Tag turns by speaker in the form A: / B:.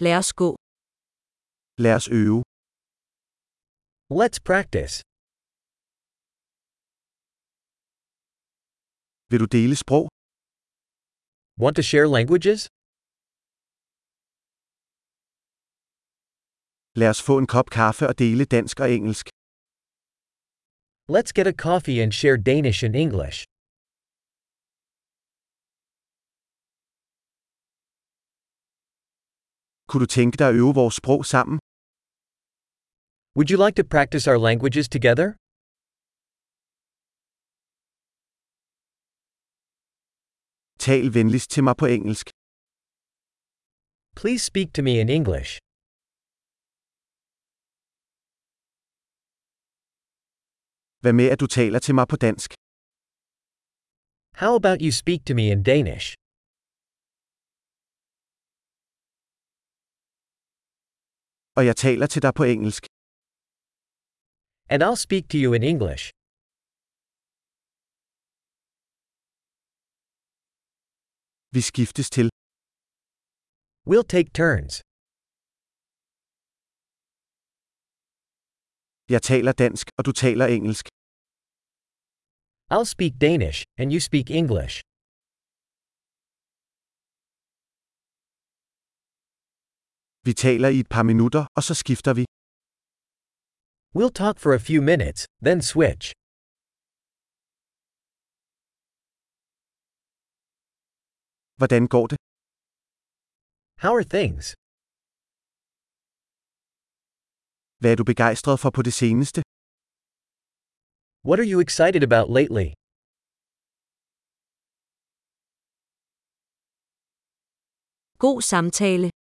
A: Lad os gå.
B: Lad os øve.
C: Let's practice.
B: Vil du dele sprog?
C: Want to share languages?
B: Lad os få en kop kaffe og dele dansk og engelsk.
C: Let's get a coffee and share Danish and English.
B: Kunne du tænke dig at øve vores sprog sammen?
C: Would you like to practice our languages together?
B: Tal venligst til mig på engelsk.
C: Please speak to me in English.
B: Hvad med at du taler til mig på dansk?
C: How about you speak to me in Danish?
B: Og jeg taler til dig på engelsk.
C: And I'll speak to you in English.
B: Vi skiftes til.
C: We'll take turns.
B: Jeg taler dansk, og du taler engelsk.
C: I'll speak Danish, and you speak English.
B: Vi taler i et par minutter, og så skifter vi.
C: We'll talk for a few minutes, then switch.
B: Hvordan går det?
C: How are things?
B: Hvad er du begejstret for på det seneste?
C: What are you excited about lately?
A: God samtale.